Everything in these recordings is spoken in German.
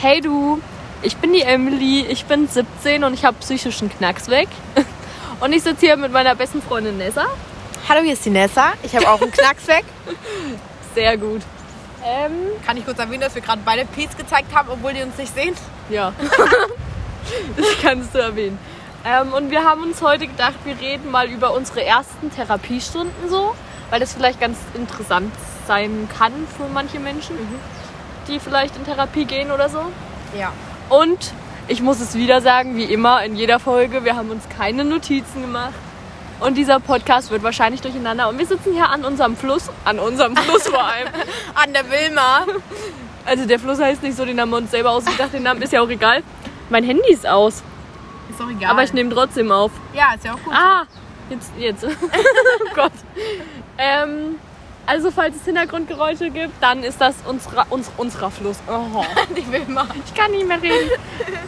hey du, ich bin die Emily, ich bin 17 und ich habe psychischen Knacks weg. Und ich sitze hier mit meiner besten Freundin Nessa. Hallo, hier ist die Nessa. Ich habe auch einen Knacks weg. Sehr gut. Ähm, Kann ich kurz erwähnen, dass wir gerade beide Ps gezeigt haben, obwohl die uns nicht sehen? ja. das kannst du erwähnen. Ähm, und wir haben uns heute gedacht, wir reden mal über unsere ersten Therapiestunden so, weil das vielleicht ganz interessant sein kann für manche Menschen, die vielleicht in Therapie gehen oder so. Ja. Und ich muss es wieder sagen, wie immer in jeder Folge, wir haben uns keine Notizen gemacht. Und dieser Podcast wird wahrscheinlich durcheinander. Und wir sitzen hier an unserem Fluss, an unserem Fluss vor allem. An der Wilma. Also der Fluss heißt nicht so, den haben wir uns selber ausgedacht, den Namen ist ja auch egal. Mein Handy ist aus, Ist doch egal. aber ich nehme trotzdem auf. Ja, ist ja auch gut. Ah, jetzt, jetzt. oh Gott. Ähm, also falls es Hintergrundgeräusche gibt, dann ist das unserer, uns, unserer Fluss. Oh, Die Wilma. ich kann nicht mehr reden.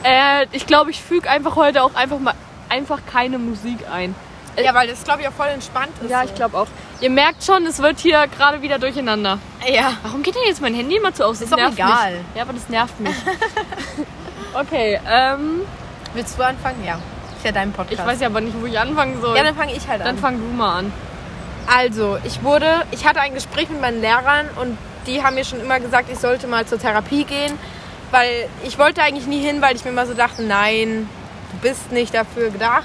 äh, ich glaube, ich füge einfach heute auch einfach mal einfach keine Musik ein. Ja, weil das, glaube ich, auch voll entspannt ist. Ja, so. ich glaube auch. Ihr merkt schon, es wird hier gerade wieder durcheinander. Ja. Warum geht denn jetzt mein Handy immer zu aus? Das Ist doch nervt egal. Mich. Ja, aber das nervt mich. okay, ähm, Willst du anfangen? Ja. Ist ja dein Podcast. ich weiß ja aber nicht, wo ich anfangen soll. ja, dann fange ich halt Dann an. fang du mal an. Also, ich wurde, ich hatte ein Gespräch mit meinen Lehrern und die haben mir schon immer gesagt, ich sollte mal zur Therapie gehen, weil ich wollte eigentlich nie hin, weil ich mir immer so dachte, nein, du bist nicht dafür gedacht.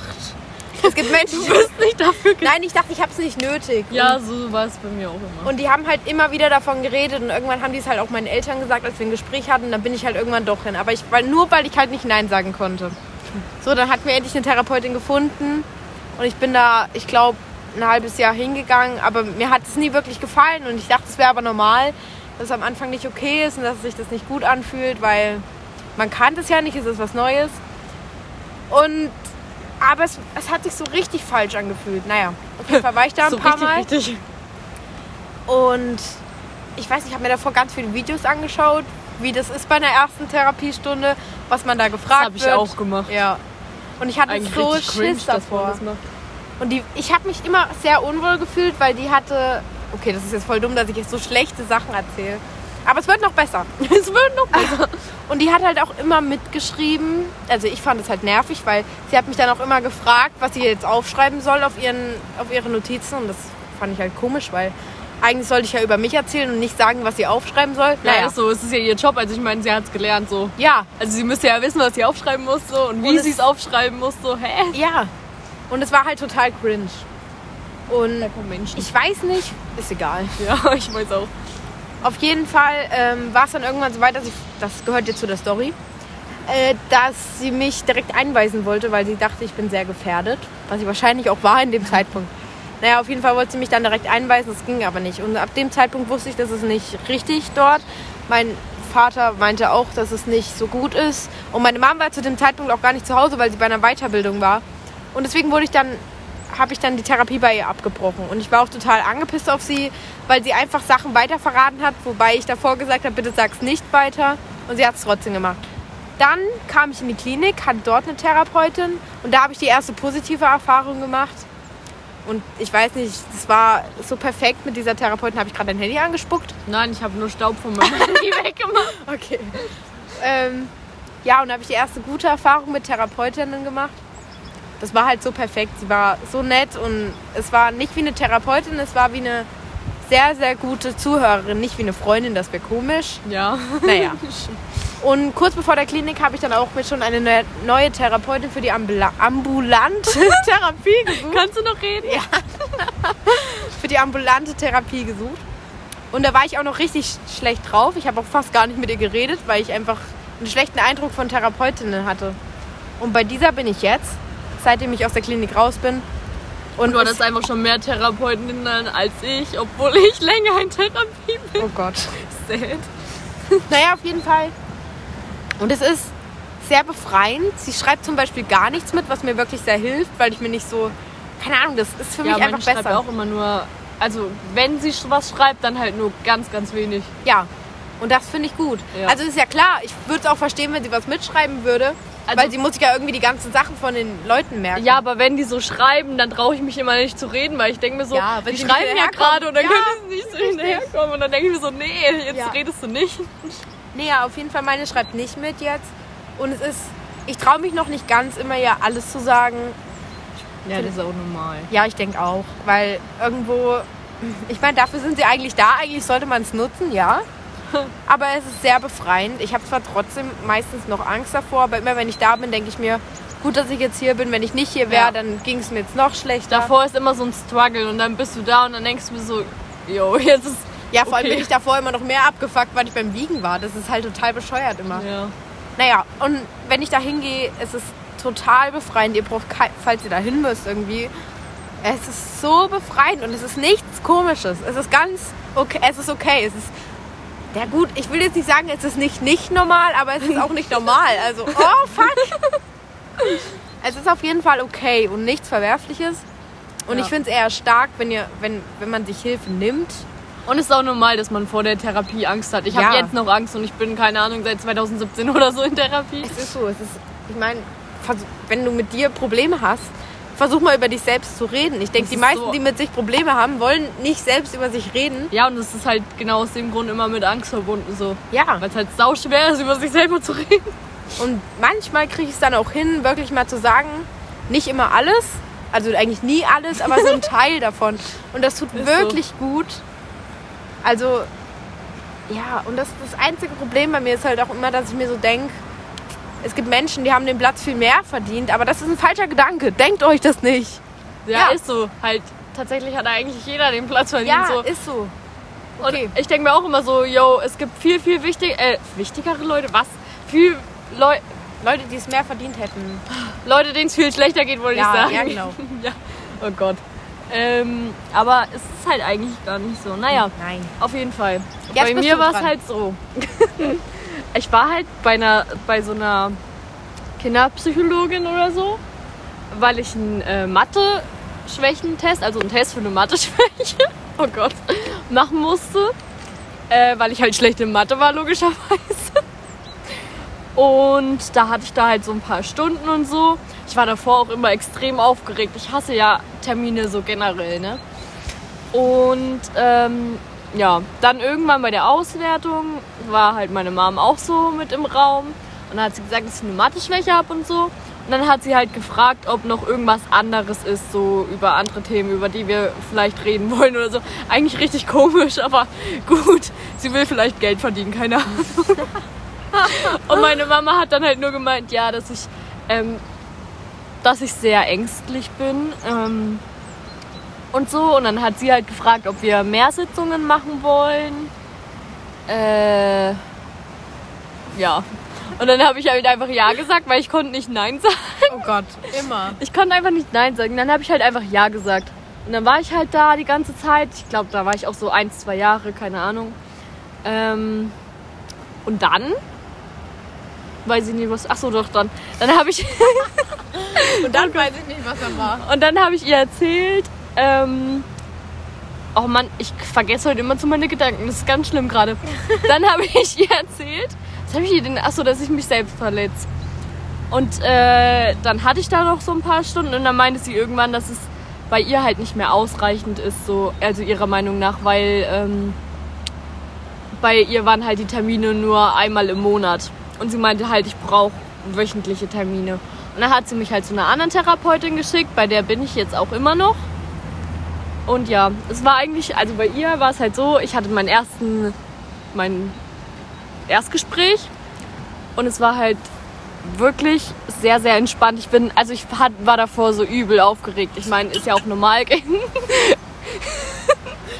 Es gibt Menschen, Du bist nicht dafür ge nein, ich dachte, ich habe es nicht nötig. Ja, so war es bei mir auch immer. Und die haben halt immer wieder davon geredet und irgendwann haben die es halt auch meinen Eltern gesagt, als wir ein Gespräch hatten. Dann bin ich halt irgendwann doch hin. Aber ich, weil, nur weil ich halt nicht Nein sagen konnte. So, dann hat mir endlich eine Therapeutin gefunden und ich bin da, ich glaube, ein halbes Jahr hingegangen. Aber mir hat es nie wirklich gefallen und ich dachte, es wäre aber normal, dass es am Anfang nicht okay ist und dass sich das nicht gut anfühlt, weil man kannte es ja nicht, es ist was Neues. Und aber es, es hat sich so richtig falsch angefühlt. Naja, auf jeden Fall war ich da ein so paar richtig, Mal. richtig. Und ich weiß, nicht, ich habe mir davor ganz viele Videos angeschaut, wie das ist bei einer ersten Therapiestunde, was man da Das gefragt habe ich wird. auch gemacht. Ja. Und ich hatte Eigentlich so richtig Schiss cringe, dass man davor. das macht. Und die, ich habe mich immer sehr unwohl gefühlt, weil die hatte. Okay, das ist jetzt voll dumm, dass ich jetzt so schlechte Sachen erzähle. Aber es wird noch besser. Es wird noch besser. Und die hat halt auch immer mitgeschrieben. Also ich fand es halt nervig, weil sie hat mich dann auch immer gefragt, was sie jetzt aufschreiben soll auf, ihren, auf ihre Notizen. Und das fand ich halt komisch, weil eigentlich sollte ich ja über mich erzählen und nicht sagen, was sie aufschreiben soll. Ja, Naja, ist so, es ist ja ihr Job. Also ich meine, sie hat es gelernt so. ja, Also sie müsste ja wissen, was sie aufschreiben muss so und wie Und es- sie es aufschreiben muss so. Hä? ja. Und es war halt total cringe. Und Oh Mensch. ich weiß nicht, ist egal. Ja, ich weiß auch. Auf jeden Fall ähm, war es dann irgendwann so weit, dass ich, das gehört jetzt zu der Story, äh, dass sie mich direkt einweisen wollte, weil sie dachte, ich bin sehr gefährdet. Was ich wahrscheinlich auch war in dem Zeitpunkt. Naja, auf jeden Fall wollte sie mich dann direkt einweisen, das ging aber nicht. Und ab dem Zeitpunkt wusste ich, dass es nicht richtig dort. Mein Vater meinte auch, dass es nicht so gut ist. Und meine Mom war zu dem Zeitpunkt auch gar nicht zu Hause, weil sie bei einer Weiterbildung war. Und deswegen wurde ich dann, habe ich dann die Therapie bei ihr abgebrochen. Und ich war auch total angepisst auf sie, weil sie einfach Sachen weiter verraten hat, wobei ich davor gesagt habe, bitte sag's nicht weiter. Und sie hat es trotzdem gemacht. Dann kam ich in die Klinik, hatte dort eine Therapeutin und da habe ich die erste positive Erfahrung gemacht. Und ich weiß nicht, es war so perfekt mit dieser Therapeutin, habe ich gerade dein Handy angespuckt. Nein, ich habe nur Staub von meinem Handy weggemacht. Okay. Ähm, ja, und da habe ich die erste gute Erfahrung mit Therapeutinnen gemacht. Das war halt so perfekt. Sie war so nett und es war nicht wie eine Therapeutin, es war wie eine sehr, sehr gute Zuhörerin, nicht wie eine Freundin, das wäre komisch. Ja. Naja. Und kurz bevor der Klinik habe ich dann auch mir schon eine ne- neue Therapeutin für die ambula ambulante Therapie gesucht. Kannst du noch reden? Ja. Für die ambulante Therapie gesucht. Und da war ich auch noch richtig schlecht drauf. Ich habe auch fast gar nicht mit ihr geredet, weil ich einfach einen schlechten Eindruck von Therapeutinnen hatte. Und bei dieser bin ich jetzt, seitdem ich aus der Klinik raus bin. Und Du hattest einfach schon mehr Therapeutinnen als ich, obwohl ich länger in Therapie bin. oh Gott. Sad. Naja, auf jeden Fall. Und es ist sehr befreiend. Sie schreibt zum Beispiel gar nichts mit, was mir wirklich sehr hilft, weil ich mir nicht so. Keine Ahnung, das ist für Ja, mich man einfach schreibt besser. auch immer nur, also wenn sie sch- was schreibt, dann halt nur ganz, ganz wenig. Ja. Und das finde ich gut. Ja. Also ist ja klar, ich würde es auch verstehen, wenn sie was mitschreiben würde. Also- weil sie muss sich ja irgendwie die ganzen Sachen von den Leuten merken. Ja, aber wenn die so schreiben, dann traue ich mich immer nicht zu reden, weil ich denke mir so, Ja, wenn die sie schreiben nicht ja hinterherkommen. gerade und dann Ja, können sie nicht so richtig. hinterherkommen. Und dann denke ich mir so, nee, jetzt Ja. redest du nicht. Nee, ja, auf jeden Fall, meine schreibt nicht mit jetzt. Und es ist, ich traue mich noch nicht ganz, immer ja alles zu sagen. Ja, das ist auch normal. Ja, ich denke auch, weil irgendwo, ich meine, dafür sind sie eigentlich da, eigentlich sollte man es nutzen, ja. Aber es ist sehr befreiend. Ich habe zwar trotzdem meistens noch Angst davor, aber immer wenn ich da bin, denke ich mir, gut, dass ich jetzt hier bin. Wenn ich nicht hier wäre, Ja. dann ging es mir jetzt noch schlechter. Davor ist immer so ein Struggle und dann bist du da und dann denkst du mir so, yo, jetzt ist. ja, vor allem okay. bin ich davor immer noch mehr abgefuckt, weil ich beim Wiegen war. Das ist halt total bescheuert immer. Ja. Naja, und wenn ich da hingehe, es ist total befreiend. Ihr braucht, kei- falls ihr da hin müsst irgendwie, es ist so befreiend und es ist nichts Komisches. Es ist ganz okay, es ist okay. Es ist, ja gut, ich will jetzt nicht sagen, es ist nicht nicht normal, aber es ist auch nicht normal. Also, oh fuck. es ist auf jeden Fall okay und nichts Verwerfliches. Und Ja. ich finde es eher stark, wenn, ihr, wenn, wenn man sich Hilfe nimmt. Und es ist auch normal, dass man vor der Therapie Angst hat. Ich habe Ja. jetzt noch Angst und ich bin, keine Ahnung, seit 2017 oder so in Therapie. Es ist so, es ist, ich meine, versuch- wenn du mit dir Probleme hast, versuch mal über dich selbst zu reden. Ich denke, Das die ist meisten, so- die mit sich Probleme haben, wollen nicht selbst über sich reden. Ja, und es ist halt genau aus dem Grund immer mit Angst verbunden so. Ja. Weil es halt sau schwer ist, über sich selber zu reden. Und manchmal kriege ich es dann auch hin, wirklich mal zu sagen, nicht immer alles, also eigentlich nie alles, aber so ein Teil davon. Und das tut Ist so. wirklich gut. Also, ja, und das, das einzige Problem bei mir ist halt auch immer, dass ich mir so denke, es gibt Menschen, die haben den Platz viel mehr verdient, aber das ist ein falscher Gedanke. Denkt euch das nicht. Ja, Ja. ist so. Halt, tatsächlich hat eigentlich jeder den Platz verdient. Ja, so. ist so. okay. Und ich denke mir auch immer so, yo, es gibt viel, viel wichtig, äh, wichtigere Leute, was? Viel Leu Leute, die es mehr verdient hätten. Leute, denen es viel schlechter geht, wollte Ja, ich sagen. ja, genau. ja. Oh Gott. Ähm, aber es ist halt eigentlich gar nicht so. Naja, Nein. auf jeden Fall. Jetzt bei bist mir du war es dran. halt so. ich war halt bei, einer, bei so einer Kinderpsychologin oder so, weil ich einen äh, Mathe-Schwächentest, also einen Test für eine Mathe-Schwäche, oh Gott, machen musste, äh, weil ich halt schlecht in Mathe war, logischerweise. Und da hatte ich da halt so ein paar Stunden und so. Ich war davor auch immer extrem aufgeregt. Ich hasse ja Termine so generell, ne? Und ähm, ja, dann irgendwann bei der Auswertung war halt meine Mom auch so mit im Raum. Und dann hat sie gesagt, dass ich eine Mathe-Schwäche habe und so. Und dann hat sie halt gefragt, ob noch irgendwas anderes ist, so über andere Themen, über die wir vielleicht reden wollen oder so. Eigentlich richtig komisch, aber gut. Sie will vielleicht Geld verdienen, keine Ahnung. Und meine Mama hat dann halt nur gemeint, ja, dass ich, ähm, dass ich sehr ängstlich bin ähm, und so. Und dann hat sie halt gefragt, ob wir mehr Sitzungen machen wollen. Äh, ja. Und dann habe ich halt einfach ja gesagt, weil ich konnte nicht nein sagen. Oh Gott, immer. Ich konnte einfach nicht Nein sagen. Dann habe ich halt einfach Ja gesagt. Und dann war ich halt da die ganze Zeit. Ich glaube, da war ich auch so ein, zwei Jahre, keine Ahnung. Ähm, und dann? Weiß ich nicht, was. Ach so, doch, dann. Dann habe ich. Und dann weiß ich nicht, was er war. Und dann habe ich ihr erzählt, ähm, oh Mann, ich vergesse heute immer zu meine Gedanken, das ist ganz schlimm gerade. Dann habe ich ihr erzählt, was habe ich ihr denn, achso, dass ich mich selbst verletze. Und äh, dann hatte ich da noch so ein paar Stunden und dann meinte sie irgendwann, dass es bei ihr halt nicht mehr ausreichend ist, so, also ihrer Meinung nach, weil ähm, bei ihr waren halt die Termine nur einmal im Monat. Und sie meinte halt, ich brauche wöchentliche Termine. Und dann hat sie mich halt zu einer anderen Therapeutin geschickt, bei der bin ich jetzt auch immer noch. Und ja, es war eigentlich, also bei ihr war es halt so, ich hatte meinen ersten, mein Erstgespräch und es war halt wirklich sehr, sehr entspannt. Ich bin, also ich hat, war davor so übel aufgeregt. Ich meine, ist ja auch normal gegen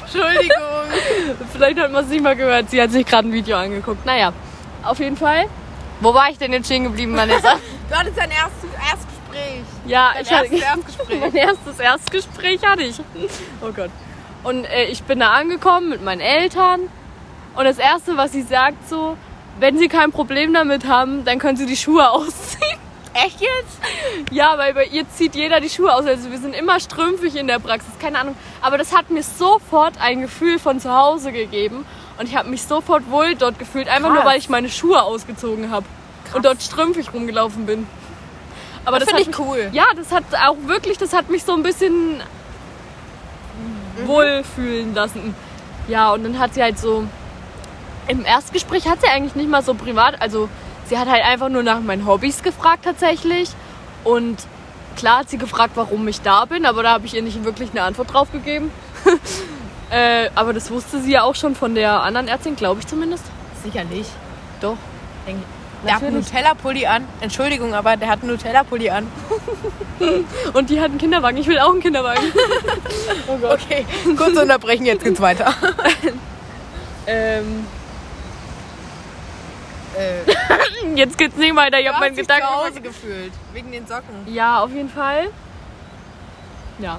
Entschuldigung. Vielleicht hat man es nicht mal gehört. Sie hat sich gerade ein Video angeguckt. Naja, auf jeden Fall. Wo war ich denn jetzt stehen geblieben, Vanessa? Du hattest dein erstes Erstgespräch. ja, Dein ich hatte erstes Erstgespräch. mein erstes Erstgespräch hatte ich. Oh Gott. Und äh, ich bin da angekommen mit meinen Eltern. Und das Erste, was sie sagt, so, wenn sie kein Problem damit haben, dann können sie die Schuhe ausziehen. Echt jetzt? Ja, weil bei ihr zieht jeder die Schuhe aus. Also wir sind immer strümpfig in der Praxis, keine Ahnung. Aber das hat mir sofort ein Gefühl von zu Hause gegeben. Und ich habe mich sofort wohl dort gefühlt, einfach nur Krass. weil ich meine Schuhe ausgezogen habe und dort strümpfig rumgelaufen bin. Aber das, Das finde hat ich cool. mich, ja, das hat auch wirklich, das hat mich so ein bisschen wohlfühlen lassen. Ja, und dann hat sie halt so Im Erstgespräch hat sie eigentlich nicht mal so privat, also sie hat halt einfach nur nach meinen Hobbys gefragt tatsächlich. Und klar hat sie gefragt, warum ich da bin, aber da habe ich ihr nicht wirklich eine Antwort drauf gegeben. äh, aber das wusste sie ja auch schon von der anderen Ärztin, glaube ich zumindest. Sicherlich. Doch. Der hat einen Natürlich. Nutella-Pulli an. Entschuldigung, aber der hat einen Nutella-Pulli an. Und die hat einen Kinderwagen. Ich will auch einen Kinderwagen. oh Gott. Okay, kurz unterbrechen, jetzt geht's weiter. Ähm, Äh. jetzt geht's nicht weiter. Ich habe meinen Gedanken. zu Hause gefühlt. Wegen den Socken. Ja, auf jeden Fall. Ja.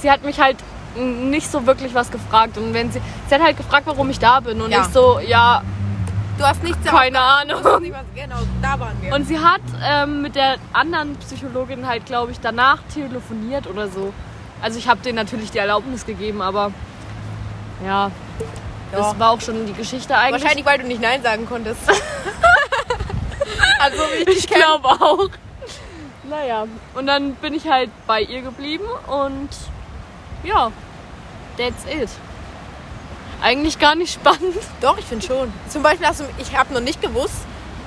Sie hat mich halt nicht so wirklich was gefragt. Und wenn sie. Sie hat halt gefragt, warum ich da bin. Und Ja. ich so, ja, Du hast nichts keine Ahnung. Ahnung. Genau, da waren wir. Und sie hat ähm, mit der anderen Psychologin halt, glaube ich, danach telefoniert oder so. Also ich habe denen natürlich die Erlaubnis gegeben, aber ja, das Ja. war auch schon die Geschichte eigentlich. Wahrscheinlich, weil du nicht Nein sagen konntest. also, wie ich dich ich glaube auch. Naja, und dann bin ich halt bei ihr geblieben und ja, that's it. Eigentlich gar nicht spannend. Doch, ich finde schon. Zum Beispiel hast du, ich habe noch nicht gewusst,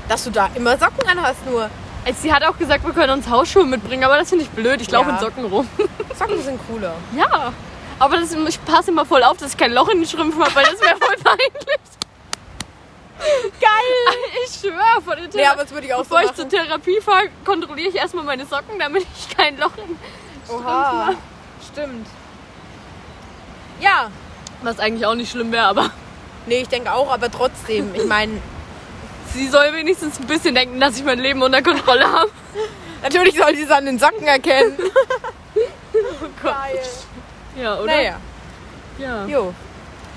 dass du da immer Socken anhast nur. Also Sie hat auch gesagt, wir können uns Hausschuhe mitbringen, aber das finde ich blöd. Ich laufe Ja. in Socken rum. Socken sind cooler. Ja, aber das, ich passe immer voll auf, dass ich kein Loch in den Strümpfen habe, weil das wäre voll peinlich. Geil! Ich schwöre, vor der Thera- Ja, aber das würde ich auch so bevor ich zur machen. Therapie fahre, kontrolliere ich erstmal meine Socken, damit ich kein Loch in Oha. Stimmt. Ja. Was eigentlich auch nicht schlimm wäre, aber Nee, ich denke auch, aber trotzdem. Ich meine, sie soll wenigstens ein bisschen denken, dass ich mein Leben unter Kontrolle habe. natürlich soll sie es an den Socken erkennen. Oh Geil. Ja, oder? Naja, Ja. jo.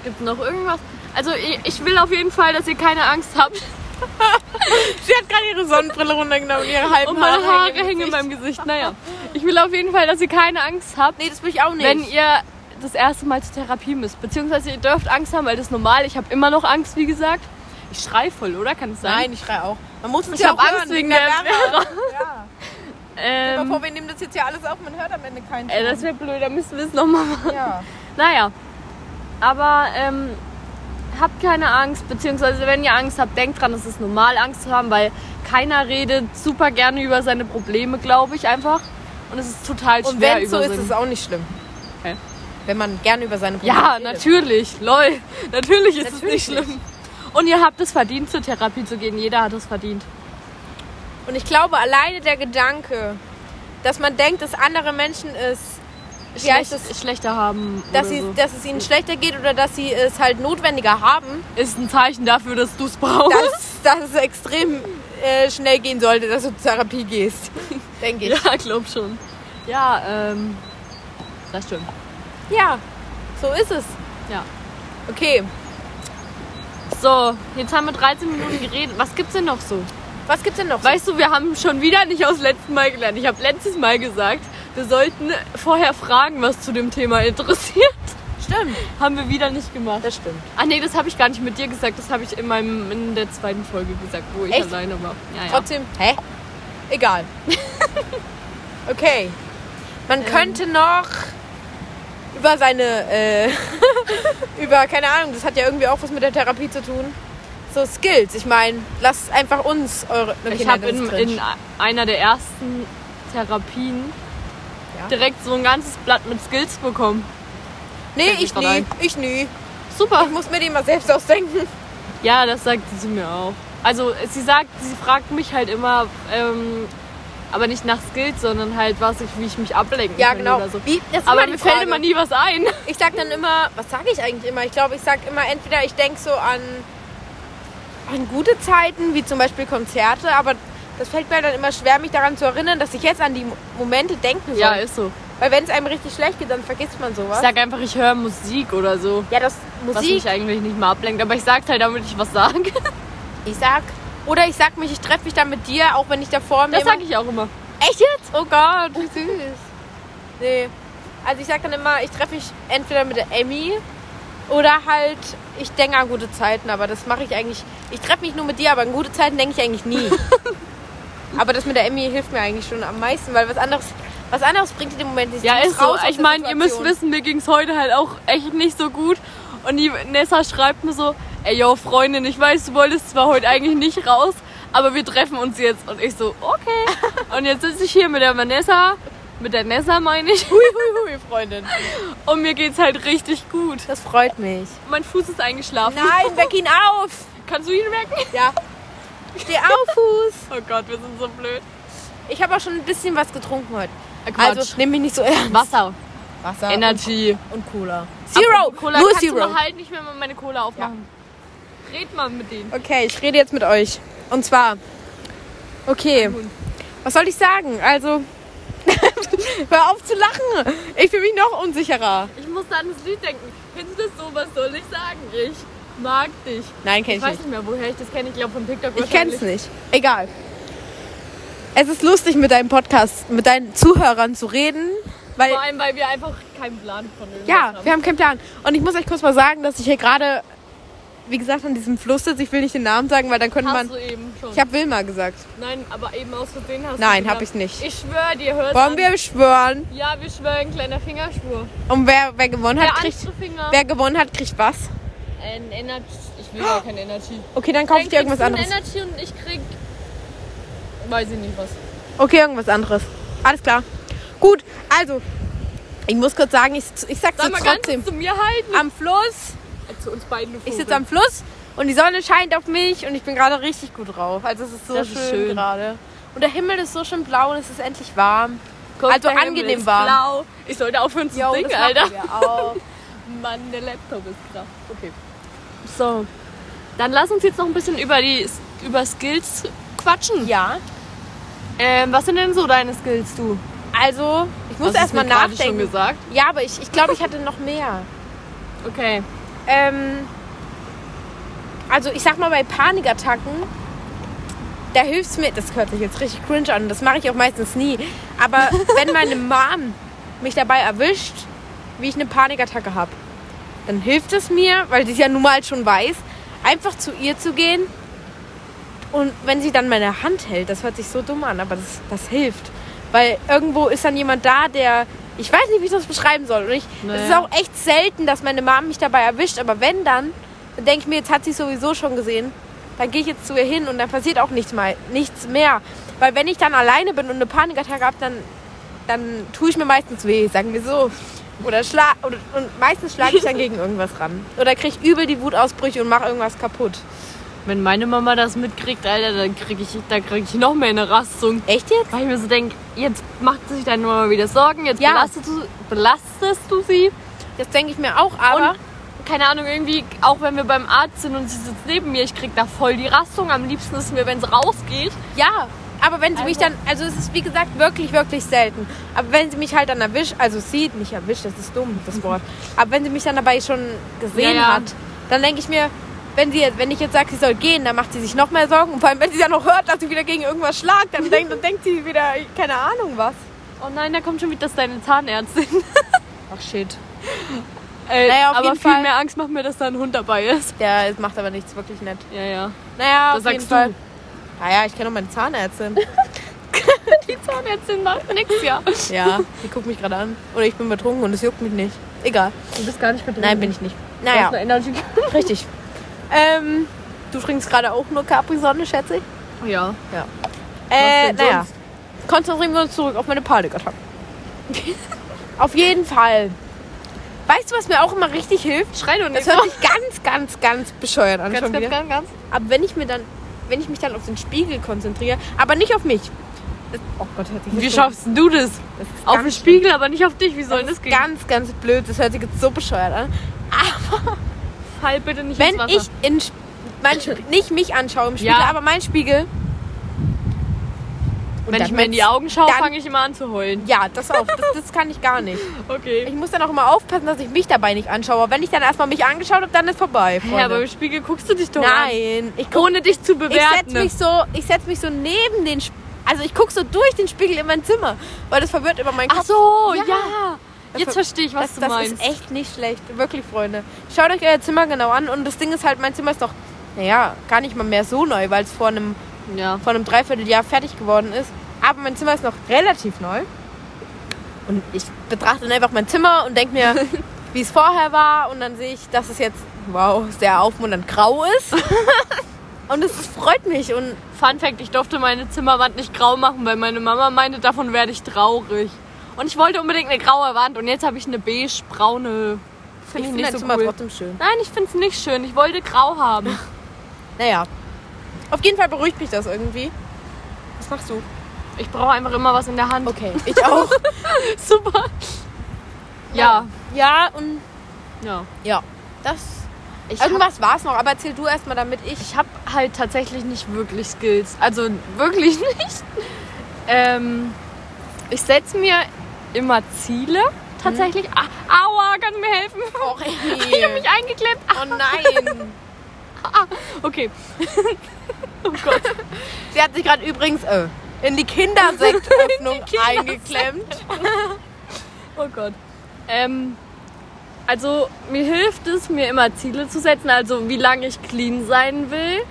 Gibt noch irgendwas? Also ich, ich will auf jeden Fall, dass ihr keine Angst habt. Sie hat gerade ihre Sonnenbrille runtergenommen und ihre halben Und meine Haare im hängen in Gesicht. meinem Gesicht. Naja. Ich will auf jeden Fall, dass ihr keine Angst habt. Nee, das will ich auch nicht. wenn ihr das erste Mal zur Therapie müsst. Beziehungsweise ihr dürft Angst haben, weil das ist normal. Ich habe immer noch Angst, wie gesagt. Ich schrei voll, oder? Kann es sein? Nein, ich schreie auch. Man muss es Ich ja hab auch Angst hören, wegen der Wärme. Ja. Ähm. Ähm, Bevor wir nehmen das jetzt ja alles auf, man hört am Ende keinen ey, das wäre blöd, da müssen wir es nochmal machen. Ja. Naja. Aber ähm, habt keine Angst, beziehungsweise wenn ihr Angst habt, denkt dran, es ist normal, Angst zu haben, weil keiner redet super gerne über seine Probleme, glaube ich einfach. Und es ist total Und schwer wenn so über ist, seine- ist es auch nicht schlimm. Okay. Wenn man gerne über seine Probleme Ja, redet. natürlich, lol. Natürlich ist es Natürlich nicht schlimm. Und ihr habt es verdient, zur Therapie zu gehen. Jeder hat es verdient. Und ich glaube, alleine der Gedanke, dass man denkt, dass andere Menschen es, wie heißt es, schlechter haben. dass, oder sie, so. dass es ihnen schlechter geht oder dass sie es halt notwendiger haben, ist ein Zeichen dafür, dass du es brauchst. dass, dass es extrem äh, schnell gehen sollte, dass du zur Therapie gehst. Denke ich. ja, glaub schon. Ja, ähm. Das stimmt. ja, so ist es. Ja. Okay, So, jetzt haben wir 13 Minuten geredet. Was gibt's denn noch so? was gibt's denn noch? Weißt du, wir haben schon wieder nicht aus letzten Mal gelernt. Ich habe letztes Mal gesagt, wir sollten vorher fragen, was zu dem Thema interessiert. Stimmt. Haben wir wieder nicht gemacht. Das stimmt. Ah nee, das habe ich gar nicht mit dir gesagt. Das habe ich in meinem in der zweiten Folge gesagt, wo ich Echt? alleine war. Ja, ja. Trotzdem, hä? Egal. okay. Man könnte noch über seine, äh, über, keine Ahnung, das hat ja irgendwie auch was mit der Therapie zu tun. So Skills. Ich meine, lasst einfach uns eure. Okay, Ich nein, habe das ist in, cringe. in einer der ersten Therapien Ja. direkt so ein ganzes Blatt mit Skills bekommen. Nee, Fällt mir ich gerade nie. ein. Ich nie. Super. Ich muss mir den mal selbst ausdenken. Ja, das sagt sie mir auch. Also sie sagt, sie fragt mich halt immer, ähm, aber nicht nach Skills, sondern halt, was ich, wie ich mich ablenken Ja, kann genau. oder so. Wie, das ist Aber immer die mir fällt Frage. immer nie was ein. Ich sag dann immer, was sage ich eigentlich immer? Ich glaube, ich sag immer, entweder ich denke so an, an gute Zeiten, wie zum Beispiel Konzerte, aber das fällt mir dann immer schwer, mich daran zu erinnern, dass ich jetzt an die Mo- Momente denken soll. Ja, ist so. Weil wenn es einem richtig schlecht geht, dann vergisst man sowas. Ich sag einfach, ich höre Musik oder so. ja, das Was Musik, mich eigentlich nicht mal ablenkt, aber ich sag's halt, damit ich was sage. ich sag. Oder ich sag mich, ich treffe mich dann mit dir, auch wenn ich da vor mir... Das sag ich auch immer. Echt jetzt? Oh Gott, wie süß. Nee. Also ich sag dann immer, ich treffe mich entweder mit der Emmy oder halt, ich denke an gute Zeiten, aber das mache ich eigentlich. Ich treffe mich nur mit dir, aber an gute Zeiten denke ich eigentlich nie. aber das mit der Emmy hilft mir eigentlich schon am meisten, weil was anderes, was anderes bringt in dem Moment nicht. Ja, Ich muss ist so. raus aus Ich der meine, ihr müsst Situation. wissen, mir ging's heute halt auch echt nicht so gut. Und die Nessa schreibt mir so, ey yo, Freundin, ich weiß, du wolltest zwar heute eigentlich nicht raus, aber wir treffen uns jetzt. Und ich so, okay. Und jetzt sitze ich hier mit der Vanessa, mit der Nessa meine ich, Huihuihui, Freundin. und mir geht's halt richtig gut. Das freut mich. Mein Fuß ist eingeschlafen. Nein, weck ihn auf! Kannst du ihn wecken? Ja. Steh auf, Fuß! Oh Gott, wir sind so blöd. Ich habe auch schon ein bisschen was getrunken heute. Äh, Quatsch. Also, nimm mich nicht so ernst. Wasser, Wasser Energy. und Cola. Zero! Zero! Cola Nur kannst Zero. du mir halt nicht mehr mal meine Cola aufmachen. Red mal mit denen. Okay, ich rede jetzt mit euch. Und zwar, okay, Gut. was soll ich sagen? Also, hör auf zu lachen. Ich fühle mich noch unsicherer. Ich muss da an das Lied denken. Findest du das so? Was soll ich sagen? Ich mag dich. Nein, Ich, kenne ich, weiß nicht. nicht mehr, woher ich das kenne. Ich glaube von TikTok Ich kenne es wahrscheinlich. nicht. Egal. Es ist lustig, mit deinem Podcast, mit deinen Zuhörern zu reden, weil Vor allem, weil wir einfach keinen Plan von irgendwas Ja, haben. wir haben keinen Plan. Und ich muss euch kurz mal sagen, dass ich hier gerade, wie gesagt, an diesem Fluss sitze. Ich will nicht den Namen sagen, weil dann könnte Hast man. du eben schon. Ich habe Wilma gesagt. Nein, aber eben aus Versehen hast du Nein, gesagt. hab ich nicht. Ich schwöre dir, hörst Wollen wir schwören? Ja, wir schwören, kleiner Fingerschwur. Und wer, wer gewonnen Der hat, kriegt. andere Finger. Wer gewonnen hat, kriegt was? Ein Energy. Ich will ja kein Energy. Okay, dann kaufe ich dir Dann kriegst irgendwas du ein anderes. Energy und ich krieg. Weiß ich nicht was. Okay, irgendwas anderes. Alles klar. Gut, also. Ich muss kurz sagen, ich, ich sag's Sag dir mal trotzdem. ganz zu mir halten. Am Fluss, Zu uns beiden. du ich Vogel. sitze am Fluss und die Sonne scheint auf mich und ich bin gerade richtig gut drauf. Also es ist so Das schön, ist schön. gerade. Und der Himmel ist so schön blau und es ist endlich warm. Guck, also der Himmel angenehm ist warm. Blau. Ich sollte aufhören zu Jo, singen, das machen Alter. wir auch. Mann, der Laptop ist krass. Okay. So. Dann lass uns jetzt noch ein bisschen über die über Skills quatschen. Ja, Ähm, was sind denn so deine Skills, du? also ich muss Hast du's erstmal mir gerade Schon nachdenken. gesagt. Ja, aber ich, ich glaube, ich hatte noch mehr. Okay. Ähm, also ich sag mal, bei Panikattacken, da hilft es mir, das hört sich jetzt richtig cringe an, das mache ich auch meistens nie, aber wenn meine Mom mich dabei erwischt, wie ich eine Panikattacke habe, dann hilft es mir, weil sie es ja nun mal schon weiß, einfach zu ihr zu gehen und wenn sie dann meine Hand hält, das hört sich so dumm an, aber das, das hilft, weil irgendwo ist dann jemand da, der... Ich weiß nicht, wie ich das beschreiben soll. Und ich, Es ist Naja. auch echt selten, dass meine Mom mich dabei erwischt, aber wenn dann, dann denke ich mir, jetzt hat sie es sowieso schon gesehen. Dann gehe ich jetzt zu ihr hin und dann passiert auch nichts, mal, nichts mehr. Weil wenn ich dann alleine bin und eine Panikattacke habe, dann, dann tue ich mir meistens weh, sagen wir so. Oder schlag oder, und meistens schlage ich dann gegen irgendwas ran. Oder kriege übel die Wutausbrüche und mache irgendwas kaputt. Wenn meine Mama das mitkriegt, Alter, dann krieg ich, dann krieg ich noch mehr eine Rastung. Echt jetzt? Weil ich mir so denke, jetzt macht sich deine Mama wieder Sorgen, jetzt Ja. belastest, du, belastest du sie. Das denke ich mir auch, aber. Und keine Ahnung, irgendwie, auch wenn wir beim Arzt sind und sie sitzt neben mir, ich krieg da voll die Rastung. Am liebsten ist mir, wenn sie rausgeht. Ja, aber wenn sie mich Also- dann, also es ist wie gesagt wirklich, wirklich selten. Aber wenn sie mich halt dann erwischt, also sieht, nicht erwischt, das ist dumm, das Wort. Aber wenn sie mich dann dabei schon gesehen Ja, ja. hat, dann denke ich mir, wenn, sie, jetzt- wenn ich jetzt sage, sie soll gehen, dann macht sie sich noch mehr Sorgen. Und vor allem, wenn sie dann noch hört, dass sie wieder gegen irgendwas schlagt, dann denkt, dann denkt sie wieder, keine Ahnung was. Oh nein, da kommt schon wieder das ist deine Zahnärztin. Ach shit. Äh, Naja, auf aber jeden viel Fall. mehr Angst macht mir, dass da ein Hund dabei ist. Ja, es macht aber nichts wirklich nett. Ja, ja. Naja, Das auf jeden sagst du. Fall. Naja, Ah ich kenne auch meine Zahnärztin. Die Zahnärztin macht nichts, ja. ja, die guckt mich gerade an. Oder ich bin betrunken und es juckt mich nicht. Egal. Du bist gar nicht betrunken. Nein, bin ich nicht. Naja. Naja. Richtig. Ähm, du trinkst gerade auch nur Capri-Sonne, schätze ich. Ja. Äh, denn sonst? naja. Konzentrieren wir uns zurück auf meine Panikattacken. auf jeden Fall. Weißt du, was mir auch immer richtig hilft? Schrei doch Das nicht. hört sich ganz, ganz, ganz bescheuert an. ganz, schon ganz, wieder. ganz, ganz. Aber wenn ich mir dann, wenn ich mich dann auf den Spiegel konzentriere, aber nicht auf mich. Das- Oh Gott, hört sich Wie jetzt schaffst du das? das ist Auf ganz den Spiegel, aber nicht auf dich. Wie soll das, schlimm. gehen? Ganz, ganz blöd. Das hört sich jetzt so bescheuert an. Fall halt bitte nicht Wenn ins Wasser. ich in, Sp- mein, Sp- nicht mich anschaue im Spiegel, Ja. aber mein Spiegel. Und Wenn ich dann mir in die Augen schaue, dann- fange ich immer an zu heulen. Ja, das auch. Das, das kann ich gar nicht. Okay. Ich muss dann auch immer aufpassen, dass ich mich dabei nicht anschaue. Aber Wenn ich dann erstmal mich angeschaut habe, dann ist vorbei. Freunde. Ja, aber im Spiegel guckst du dich doch Nein. Ich, an. Ohne dich zu ich setze bewerten. mich, so, ich setz mich so neben den Spiegel. Also ich gucke so durch den Spiegel in mein Zimmer, weil das verwirrt immer meinen Kopf. Ach so, ja. Ja. Jetzt verstehe ich, was das, du das meinst. ist echt nicht schlecht. Wirklich, Freunde. Schaut euch euer Zimmer genau an. Und das Ding ist halt, mein Zimmer ist noch, naja, gar nicht mal mehr so neu, weil es vor einem ja. vor einem Dreivierteljahr fertig geworden ist. Aber mein Zimmer ist noch relativ neu. Und ich betrachte dann einfach mein Zimmer und denke mir, wie es vorher war. Und dann sehe ich, dass es jetzt wow, sehr aufmunternd grau ist. und es freut mich. Und Fun Fact, ich durfte meine Zimmerwand nicht grau machen, weil meine Mama meinte, davon werde ich traurig. Und ich wollte unbedingt eine graue Wand und jetzt habe ich eine beige-braune. Finde ich ich, finde nicht das so immer cool. trotzdem schön. Nein, ich finde es nicht schön. Ich wollte grau haben. Naja. Auf jeden Fall beruhigt mich das irgendwie. Was machst du? Ich brauche einfach immer was in der Hand. Okay, ich auch. Super. Ja. ja, und ja. ja. Das. Ich habe Irgendwas war es noch, aber erzähl du erstmal, damit ich. hab halt tatsächlich nicht wirklich Skills. Also wirklich nicht. Ähm, ich setze mir immer Ziele. Tatsächlich. Ah, aua, kannst du mir helfen? Och, Ich habe mich eingeklebt. oh nein. Okay. Sie hat sich gerade übrigens äh, in die Kindersektöffnung eingeklemmt. Oh Gott. Ähm, also mir hilft es, mir immer Ziele zu setzen. Also wie lange ich clean sein will.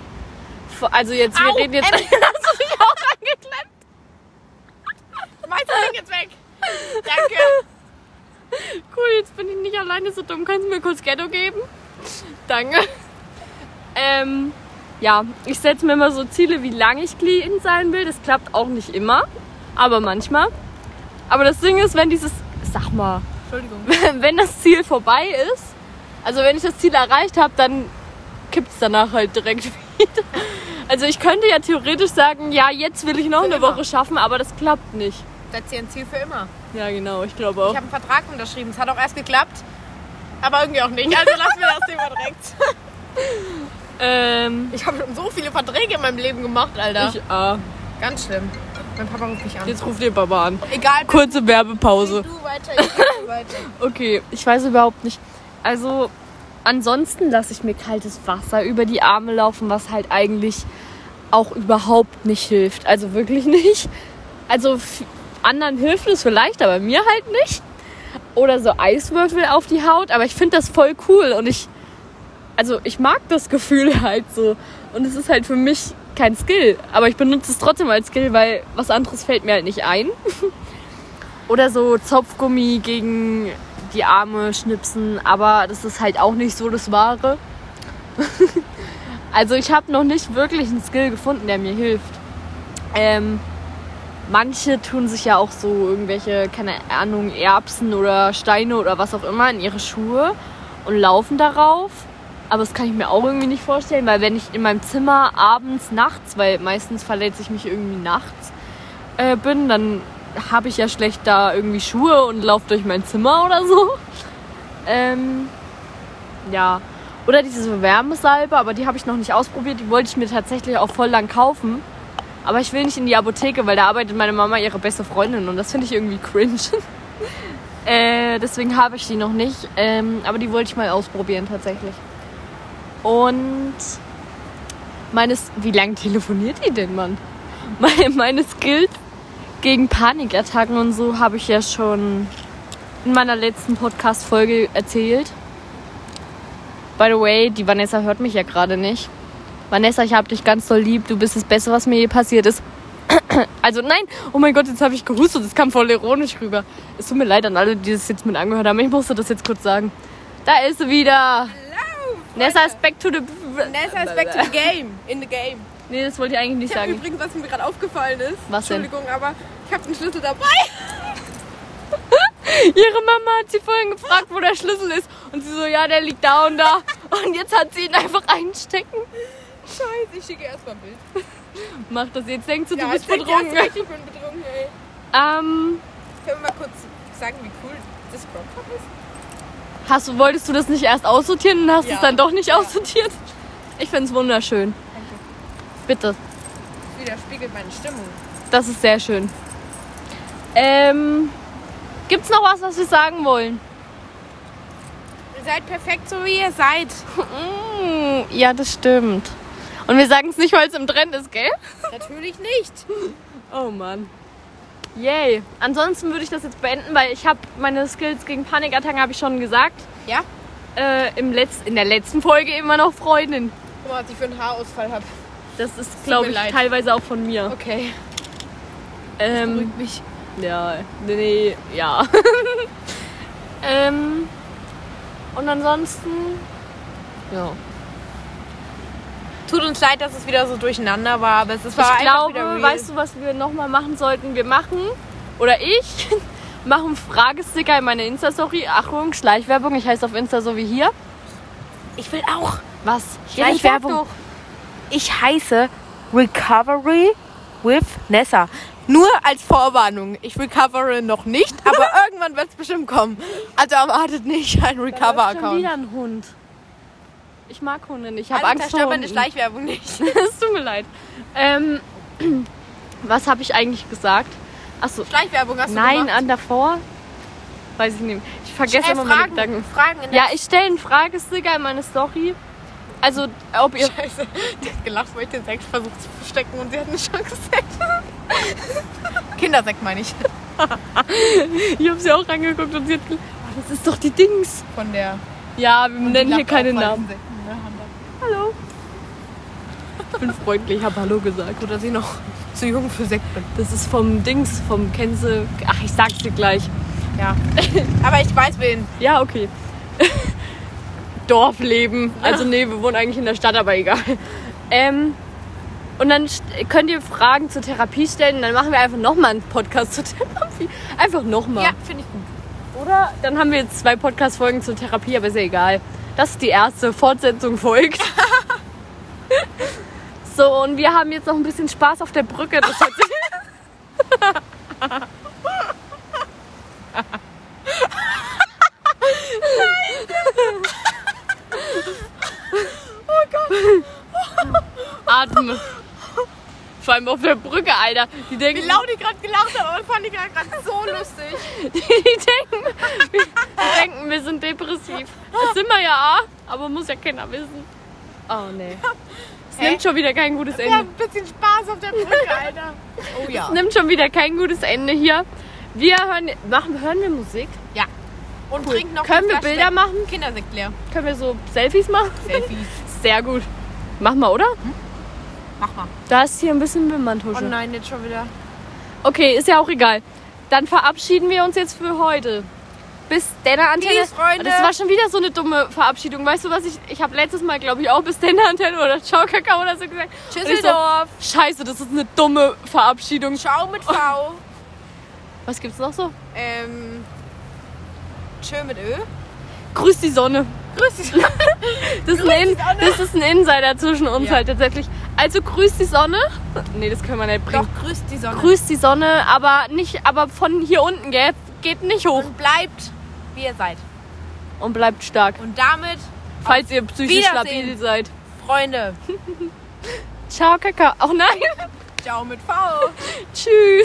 Vor- Also jetzt, wir Au, reden jetzt. Emily, hast du dich auch angeklemmt? Schmeiß das Ding jetzt weg. Danke. Cool, jetzt bin ich nicht alleine so dumm. Kannst du mir kurz Ghetto geben? Danke. Ähm, ja, ich setze mir immer so Ziele, wie lange ich clean sein will. Das klappt auch nicht immer, aber manchmal. Aber das Ding ist, wenn dieses, sag mal, Entschuldigung. wenn das Ziel vorbei ist, also wenn ich das Ziel erreicht habe, dann kippt es danach halt direkt wieder. Also ich könnte ja theoretisch sagen, ja, jetzt will ich noch Für eine immer. Woche schaffen, aber das klappt nicht. Setz dir ein Ziel für immer. Ja, genau, ich glaube auch. Ich habe einen Vertrag unterschrieben. Es hat auch erst geklappt. Aber irgendwie auch nicht. Also lassen wir das Thema direkt. ähm, Ich habe schon so viele Verträge in meinem Leben gemacht, Alter. ich, ah, Ganz schlimm. Mein Papa ruft mich an. jetzt ruft ihr Papa an. Egal, Kurze Werbepause. du weiter, ich geh weiter. Okay, ich weiß überhaupt nicht. Also, ansonsten lasse ich mir kaltes Wasser über die Arme laufen, was halt eigentlich auch überhaupt nicht hilft. Also wirklich nicht. Also f- anderen hilft es vielleicht, aber mir halt nicht. Oder so Eiswürfel auf die Haut, aber ich finde das voll cool und ich also ich mag das Gefühl halt so und es ist halt für mich kein Skill, aber ich benutze es trotzdem als Skill, weil was anderes fällt mir halt nicht ein. Oder so Zopfgummi gegen die Arme schnipsen, aber das ist halt auch nicht so das Wahre. also ich habe noch nicht wirklich einen Skill gefunden, der mir hilft. Ähm, manche tun sich ja auch so irgendwelche, keine Ahnung, Erbsen oder Steine oder was auch immer in ihre Schuhe und laufen darauf. Aber das kann ich mir auch irgendwie nicht vorstellen, weil wenn ich in meinem Zimmer abends, nachts, weil meistens verletze ich mich irgendwie nachts äh, bin, dann habe ich ja schlecht da irgendwie Schuhe und laufe durch mein Zimmer oder so. Ähm, ja. Oder diese Wärmesalbe, aber die habe ich noch nicht ausprobiert. Die wollte ich mir tatsächlich auch voll lang kaufen. Aber ich will nicht in die Apotheke, weil da arbeitet meine Mama ihre beste Freundin und das finde ich irgendwie cringe. äh, deswegen habe ich die noch nicht. Ähm, aber die wollte ich mal ausprobieren tatsächlich. Und meines. Wie lange telefoniert die denn, Mann? Meine, meine Skills gegen Panikattacken und so habe ich ja schon in meiner letzten Podcast-Folge erzählt. By the way, die Vanessa hört mich ja gerade nicht. Vanessa, ich habe dich ganz doll lieb. Du bist das Beste, was mir je passiert ist. Also nein, oh mein Gott, jetzt habe ich gehustet. Das kam voll ironisch rüber. Es tut mir leid an alle, die das jetzt mit angehört haben. Ich musste das jetzt kurz sagen. Da ist sie wieder. Nessa ist back to the... Nessa is back to the game. In the game. Nee, das wollte ich eigentlich nicht Ich habe sagen. übrigens, was mir gerade aufgefallen ist. Was denn? Entschuldigung, aber ich habe den Schlüssel dabei. Ihre Mama hat sie vorhin gefragt, wo der Schlüssel ist. Und sie so, ja, der liegt da und da. Und jetzt hat sie ihn einfach einstecken. Scheiße, ich schicke erstmal ein Bild. Mach das jetzt. Denkst du, du Ja, bist ich denk betrunken? erst, Ich bin betrunken, ey. Ähm, Können wir mal kurz sagen, wie cool das Broadcast ist? hast, du- wolltest du das nicht erst aussortieren und hast Ja. es dann doch nicht Ja. aussortiert? Ich finde es wunderschön. Bitte. Das widerspiegelt meine Stimmung. Das ist sehr schön. Ähm, gibt's noch was, was wir sagen wollen? Ihr seid perfekt, so wie ihr seid. Mm, ja, das stimmt. Und wir sagen es nicht, weil es im Trend ist, gell? Natürlich nicht. Oh Mann. Yay. Ansonsten würde ich das jetzt beenden, weil ich habe meine Skills gegen Panikattacken, habe ich schon gesagt, Ja? äh, im Letz in der letzten Folge immer noch Freundin. Guck mal, was ich für einen Haarausfall habe. Das ist, glaube mir ich, leid. teilweise auch von mir. Okay. Ähm, Beruhigt mich. ja, nee, nee, ja. ähm, und ansonsten Ja. Tut uns leid, dass es wieder so durcheinander war, aber es ist- war Ich einfach wieder glaube, real. weißt du, was wir nochmal machen sollten? Wir machen, oder ich, mache einen Fragesticker in meine Insta-Story. Achtung, Schleichwerbung. Ich heiße auf Insta so wie hier. ich will auch. Was? Schleichwerbung. Ja, dann sag Ich heiße Recovery with Nessa. Nur als Vorwarnung. Ich recovere noch nicht, aber irgendwann wird es bestimmt kommen. Also erwartet nicht einen doch. Da läuft Schon Recover-Account. wieder ein Hund. Ich mag Hunde nicht. Ich Ich habe habe Angst vor Hunden. meine Schleichwerbung nicht. es tut mir leid. Ähm, was habe ich eigentlich gesagt? Achso, Schleichwerbung hast du nein, gemacht. an davor? Weiß ich nicht. Ich vergesse Ey, immer meine Fragen, Gedanken. Fragen in Ja, ich stelle einen Fragesticker in meine Story. Also, ob ihr Scheiße. Die hat gelacht, weil ich den Sekt versucht zu verstecken und sie hat mich schon gesekt. Kindersekt meine ich. Ich habe sie auch angeguckt und sie hat gesagt, oh, das ist doch die Dings. Von der. Ja, wir nennen hier keine Namen. ne, Hallo. Ich bin freundlich, habe Hallo gesagt. Gut, dass ich noch zu jung für Sekt bin. Das ist vom Dings, vom Kense. Ach, ich sag's dir gleich. Ja. Aber ich weiß wen. Ja, okay. Dorfleben. Also nee, wir wohnen eigentlich in der Stadt, aber egal. Ähm, und dann st- könnt ihr Fragen zur Therapie stellen und dann machen wir einfach nochmal einen Podcast zur Therapie. Einfach nochmal. Ja, finde ich gut. Oder? Dann haben wir jetzt zwei Podcast-Folgen zur Therapie, aber ist ja egal. Das ist die erste. Fortsetzung folgt. so, und wir haben jetzt noch ein bisschen Spaß auf der Brücke. Das hat sich Oh Atme. Vor allem auf der Brücke, Alter. Die denken, Wie laut ich gerade gelacht habe, aber fand ich gerade so lustig. Die denken, wir, die denken, wir sind depressiv. Das sind wir ja auch, aber muss ja keiner wissen. Oh nee. Es Hä? nimmt schon wieder kein gutes Wir haben Ende. ein bisschen Spaß auf der Brücke, Alter. Oh ja. Nimmt schon wieder kein gutes Ende hier. Wir hören, machen, hören wir Musik? Ja. Und trink noch Können wir eine Flasche Bilder machen? Kindersekt leer. Können wir so Selfies machen? Selfies. Sehr gut. Mach mal, oder? Mach mal. Da ist hier ein bisschen Wimmerntusche. Oh nein, jetzt schon wieder. okay, ist ja auch egal. Dann verabschieden wir uns jetzt für heute. Bis denn Antenne. Tschüss, Freunde. Das war schon wieder so eine dumme Verabschiedung. Weißt du was? Ich, ich habe letztes Mal, glaube ich, auch bis denn Antenne oder Ciao Kakao oder so gesagt. Und ich so, Tschüsseldorf. Scheiße, das ist eine dumme Verabschiedung. Ciao mit V. Was gibt's noch so? Ähm. Tschö mit Ö. Grüß die Sonne. Grüß dich. Das, ist ein, In- das ist ein Insider zwischen uns Ja. halt tatsächlich. Also grüß die Sonne. Nee, das können wir nicht bringen. Doch, grüß die Sonne. Grüß die Sonne, aber nicht, aber von hier unten, gell? Geht nicht hoch. Und bleibt, wie ihr seid. Und bleibt stark. Und damit, Falls ihr psychisch Wiedersehen. labil seid. Freunde, Ciao, Kakao. Oh nein. ciao mit V. Tschüss.